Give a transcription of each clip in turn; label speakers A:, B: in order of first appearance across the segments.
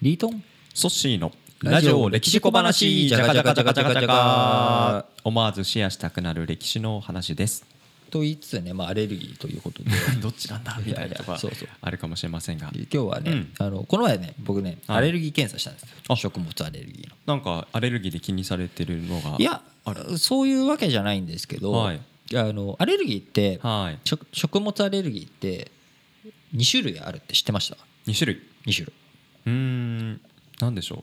A: リートン
B: ソッシーのラジオ歴史小話じゃかじゃかじゃかじゃかじゃか思わずシェアしたくなる歴史の話です
A: と言いつつね、まあ、アレルギーということで
B: どっちなんだみたいな
A: いや
B: と
A: いや
B: か
A: そうそう
B: あるかもしれませんが
A: 今日はね、
B: うん
A: あのこの前ね僕ね
B: はい
A: アレルギー検査したんですよ、
B: あ
A: 食物アレルギーの
B: なんかアレルギーで気にされてるのが
A: いやそういうわけじゃないんですけど、
B: はい
A: あのアレルギーって、
B: はい
A: 食食物アレルギーって2種類あるって知ってました
B: 2種類
A: 2種類
B: うーんなんでしょう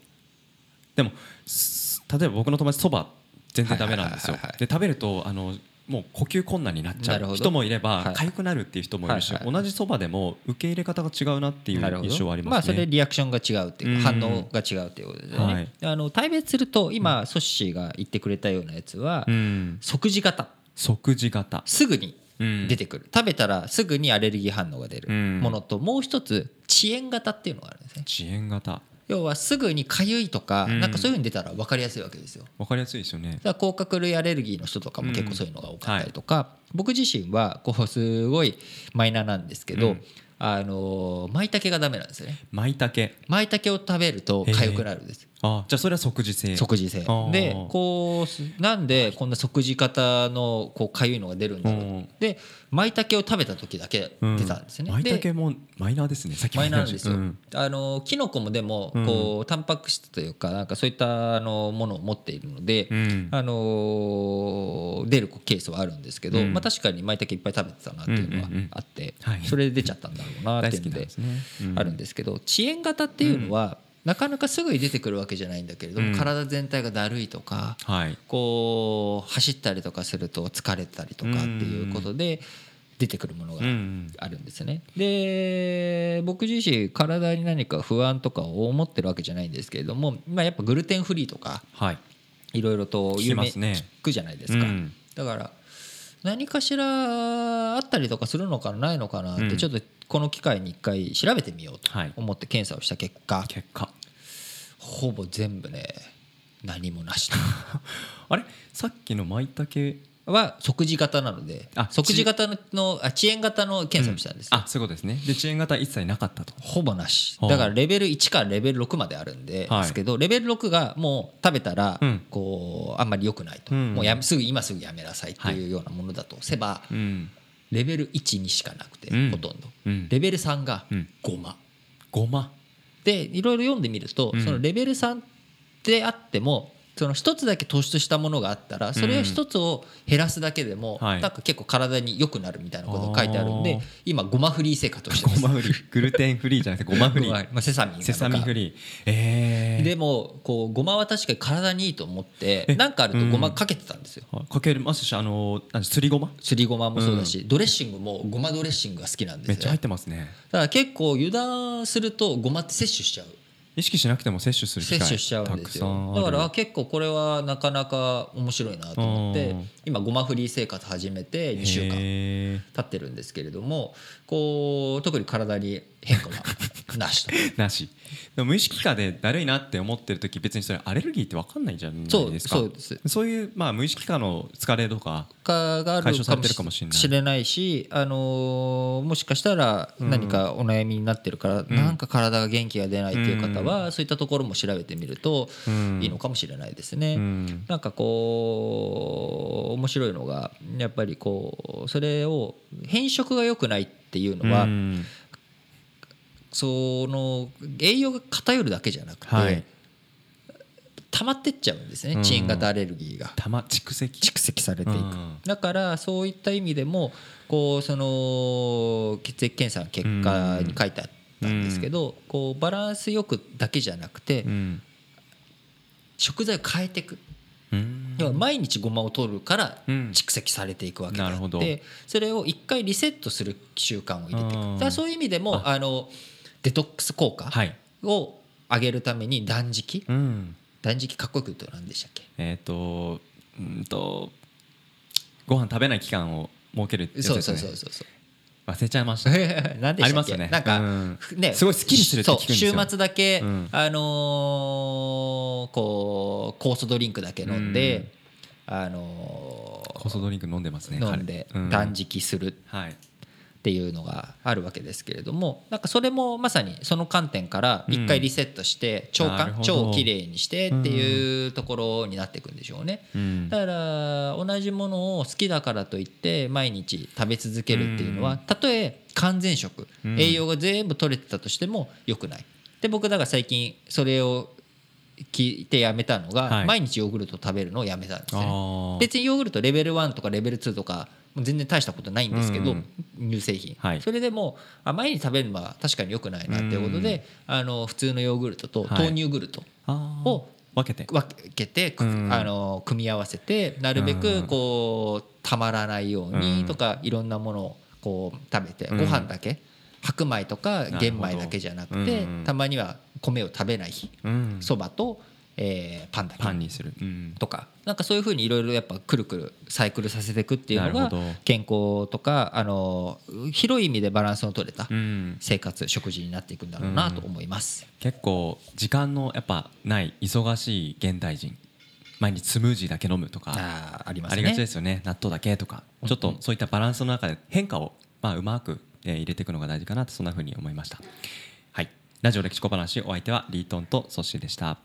B: でもす例えば僕の友達そば全然ダメなんですよ
A: はいはいはいはい
B: で食べるとあのもう呼吸困難になっちゃ
A: なるほ
B: う
A: ど
B: 人もいれば
A: はい
B: 痒くなるっていう人もいるし
A: はいはい
B: 同じそばでも受け入れ方が違うなっていう
A: なるほど
B: 印象はあり
A: ま
B: ま
A: あ
B: す
A: それ
B: ね
A: リアクションが違うっていうか
B: うん
A: 反応が違うっていうことですよね、
B: はい
A: あの対別すると今ソッシーが言ってくれたようなやつは、
B: うん
A: 即時型
B: 即時型
A: すぐに
B: うん
A: 出てくる、食べたらすぐにアレルギー反応が出る
B: うん
A: ものと、もう一つ遅延型っていうのがあるんですね
B: 遅延型
A: 要はすぐにかゆいとか、
B: うん
A: なんかそういうの出たら分かりやすいわけですよ
B: わかりやすいですよね
A: だから甲殻類アレルギーの人とかも結
B: う
A: 構
B: ん
A: そういうのが多かったりとか、僕自身はこうすごいマイナーなんですけど、
B: うん
A: あの舞茸がダメなんですよね
B: 舞茸
A: 舞茸を食べると痒くなるんです
B: あじゃあそれは即時性
A: 即時性
B: あー
A: でこうすなんでこんな即時型のこう痒いのが出るんだろう
B: うん
A: で舞茸を食べた時だけ
B: うん
A: 出たんですね、
B: 舞
A: で
B: 茸もマイナーですねさっきも
A: マイ
B: 言い
A: ナー
B: ま
A: な
B: し
A: んです
B: た
A: よ、
B: うん
A: あのキノコもでも
B: うん
A: こうタンパク質というかなんかそういったあのものを持っているので、
B: うん
A: あのー出るケースはあるんですけど、
B: うん
A: まあ、確かに舞茸いっぱい食べてたなっていうのは
B: うんうんうん
A: あって、
B: はい
A: それで出ちゃったんだろうなっ
B: 大
A: てい
B: 好
A: う
B: き
A: の
B: なん
A: で
B: ですねう
A: あるんですけど遅延型っていうのは、なかなかすぐに出てくるわけじゃないんだけれども、
B: うん
A: 体全体がだるいとか
B: はい
A: こう走ったりとかすると疲れたりとかっていうことで出てくるものが
B: うん
A: あるんですね。で僕自身体に何か不安とかを思ってるわけじゃないんですけれども、まあ、やっぱグルテンフリーとか
B: はい
A: いろいろと
B: 聞き
A: 有名
B: ますね
A: 聞くじゃないですか、
B: うん
A: だから何かしらあったりとかするのかなないのかなって、
B: うん
A: ちょっとこの機会に一回調べてみようと
B: はい
A: 思って検査をした結果、
B: 結果
A: ほぼ全部ね何もな しと
B: あれさっきの舞茸
A: は即時型なので
B: あ
A: 即時型ののあ遅延型の検査をしたんですよ、
B: あそういうことですねで遅延型一切なかったと
A: ほぼなし
B: はあ
A: だからレベル1からレベル6まであるんで
B: はい
A: ですけどレベル6がもう食べたら
B: うん
A: こうあんまり良くないと
B: うん
A: もうやめすぐ今すぐやめなさいっていうようなものだとせば
B: うん
A: レベル1にしかなくて
B: うん
A: ほとんど
B: うん
A: レベル3が
B: うん
A: ゴマ
B: ごま
A: でいろいろ読んでみると
B: うん
A: そのレベル3であってもその一つだけ突出したものがあったらそれを一つを減らすだけでも
B: は
A: なん
B: い
A: か結構体に良くなるみたいなことが書いてあるんで
B: あー
A: 今ゴマフリー生活をしてま
B: ご
A: す。
B: まフリ ーグルテンフリーじゃなくてごまフリ
A: ゴマ
B: ー
A: まあセサミンなのか
B: セサミンフリーえ
A: でもこうごまは確かに体にいいと思って
B: え
A: なんかあるとごまかけてたんですよ。
B: ーかけますしあのなんですりごます
A: りごまもそうだし、ドレッシングもごまドレッシングが好きなん
B: め
A: で
B: っ
A: す
B: ちゃ
A: よ。
B: 入
A: だ
B: っ
A: か
B: てますね
A: ら結構油断するとごまって摂取しちゃう
B: 意識しなくても摂取する機
A: 摂
B: 会
A: 取しちゃうん
B: た
A: で
B: く
A: す
B: さん
A: よ
B: あ
A: だ
B: る
A: から結構これはなかなか面白いなと思って
B: うん
A: 今ごまフリー生活始めて2週間経
B: へー
A: ってるんですけれどもこう特に体に変化がなしと。
B: なしでも無意識下でだるいなって思ってる時別にそれアレルギーって分かんないじ ゃないですか
A: そうそうです
B: そういう、まあ、無意識下の疲れとか
A: 化がある
B: 解消されてるかもしれない
A: れないし、あのーもしかしたら何かお悩みになってるから、なんか体が元気が出ないっていう方は、そういったところも調べてみると
B: うん
A: いいのかもしれないですね。
B: うん
A: なんかこう面白いのがやっぱりこうそれを変色が良くないっていうのは、
B: うん
A: その栄養が偏るだけじゃなくて、
B: はい
A: 溜まってっちゃうんですね
B: うん
A: 遅延型アレルギーが。
B: たま蓄積
A: 蓄積されていく、
B: うん
A: だからそういった意味でもこうその血液検査の結果に書いてあったんですけど、こうバランスよくだけじゃなくて、
B: うん
A: 食材を変えていく、
B: うん
A: 要は毎日ごまを取るから
B: うん
A: 蓄積されていくわけであ
B: なるほ
A: っ
B: ど
A: てそれを一回リセットする習慣を入れていく
B: うん
A: だからそういう意味でもあのデトックス効果
B: はい、
A: を上げるために断食
B: うん、
A: 断食かっこよく言うと何でしたっけ
B: えっ、とうんとご飯食べない期間を設けるってやつ
A: そう
B: です
A: そう
B: ね
A: そうそうそう
B: 忘れちゃいました
A: 何でしたっけ
B: ありますよね
A: なんか、
B: うん
A: ね
B: すごいスッキリするって聞くんですよ
A: そう週末だけ、
B: うん
A: あのーこう酵素ドリンクだけ飲んで、あのー
B: 酵素ドリンク飲んでますね
A: 飲んで
B: 彼うん
A: 断食するっ
B: はい
A: っていうのがあるわけですけれどもなんかそれもまさにその観点から
B: うん
A: 一回リセットして超
B: なる
A: 感、
B: ほど
A: 超綺麗にしてっていうところになっていくんでしょうね。
B: うん
A: だから同じものを好きだからといって毎日食べ続けるっていうの
B: うん
A: はたとえ完全食
B: うん
A: 栄養が全部取れてたとしても良くない。で僕だから最近それを聞いてやめたの
B: は
A: が
B: い
A: 毎日ヨーグルトを食べるのをやめたんです
B: あ
A: ね。
B: ー
A: 別にヨーグルトレベル1とかレベル2とかもう全然大したことないんですけど、
B: うん
A: 乳製品、
B: はい
A: それでもあ毎日食べるのは確かに良くないなっていうことで、あの普通のヨーグルトと
B: はい
A: 豆乳グルト
B: あー
A: を
B: 分けて
A: 分けて、く
B: うん
A: あの組み合わせてなるべ
B: う
A: く
B: ん
A: こうたまらないよう
B: うん
A: にとか、いろんなものをこう食べて、
B: うん
A: ご飯だけ白米とか
B: ほど
A: 玄米だけじゃなくて
B: うん
A: たまには米を食べない日
B: うん
A: そば、と、えーパンだけ
B: パンにするうん
A: とかなんかそういうふうにいろいろやっぱくるくるサイクルさせていくっていうの
B: なる
A: が
B: ほど
A: 健康とかあの広い意味でバランスの取れた
B: うん
A: 生活食事になっていくんだろうなと思います。
B: 結構時間のやっぱない忙しい現代人毎日スムージーだけ飲むとか
A: あーありま
B: あ
A: す
B: りがちで
A: ね。
B: すよね納豆だけとか
A: うん
B: ちょっとそういったバランスの中で変化をまあうまくえー入れていくのが大事かなとそんな風に思いましたはいラジオ歴史小話お相手はリートンとソッシーでした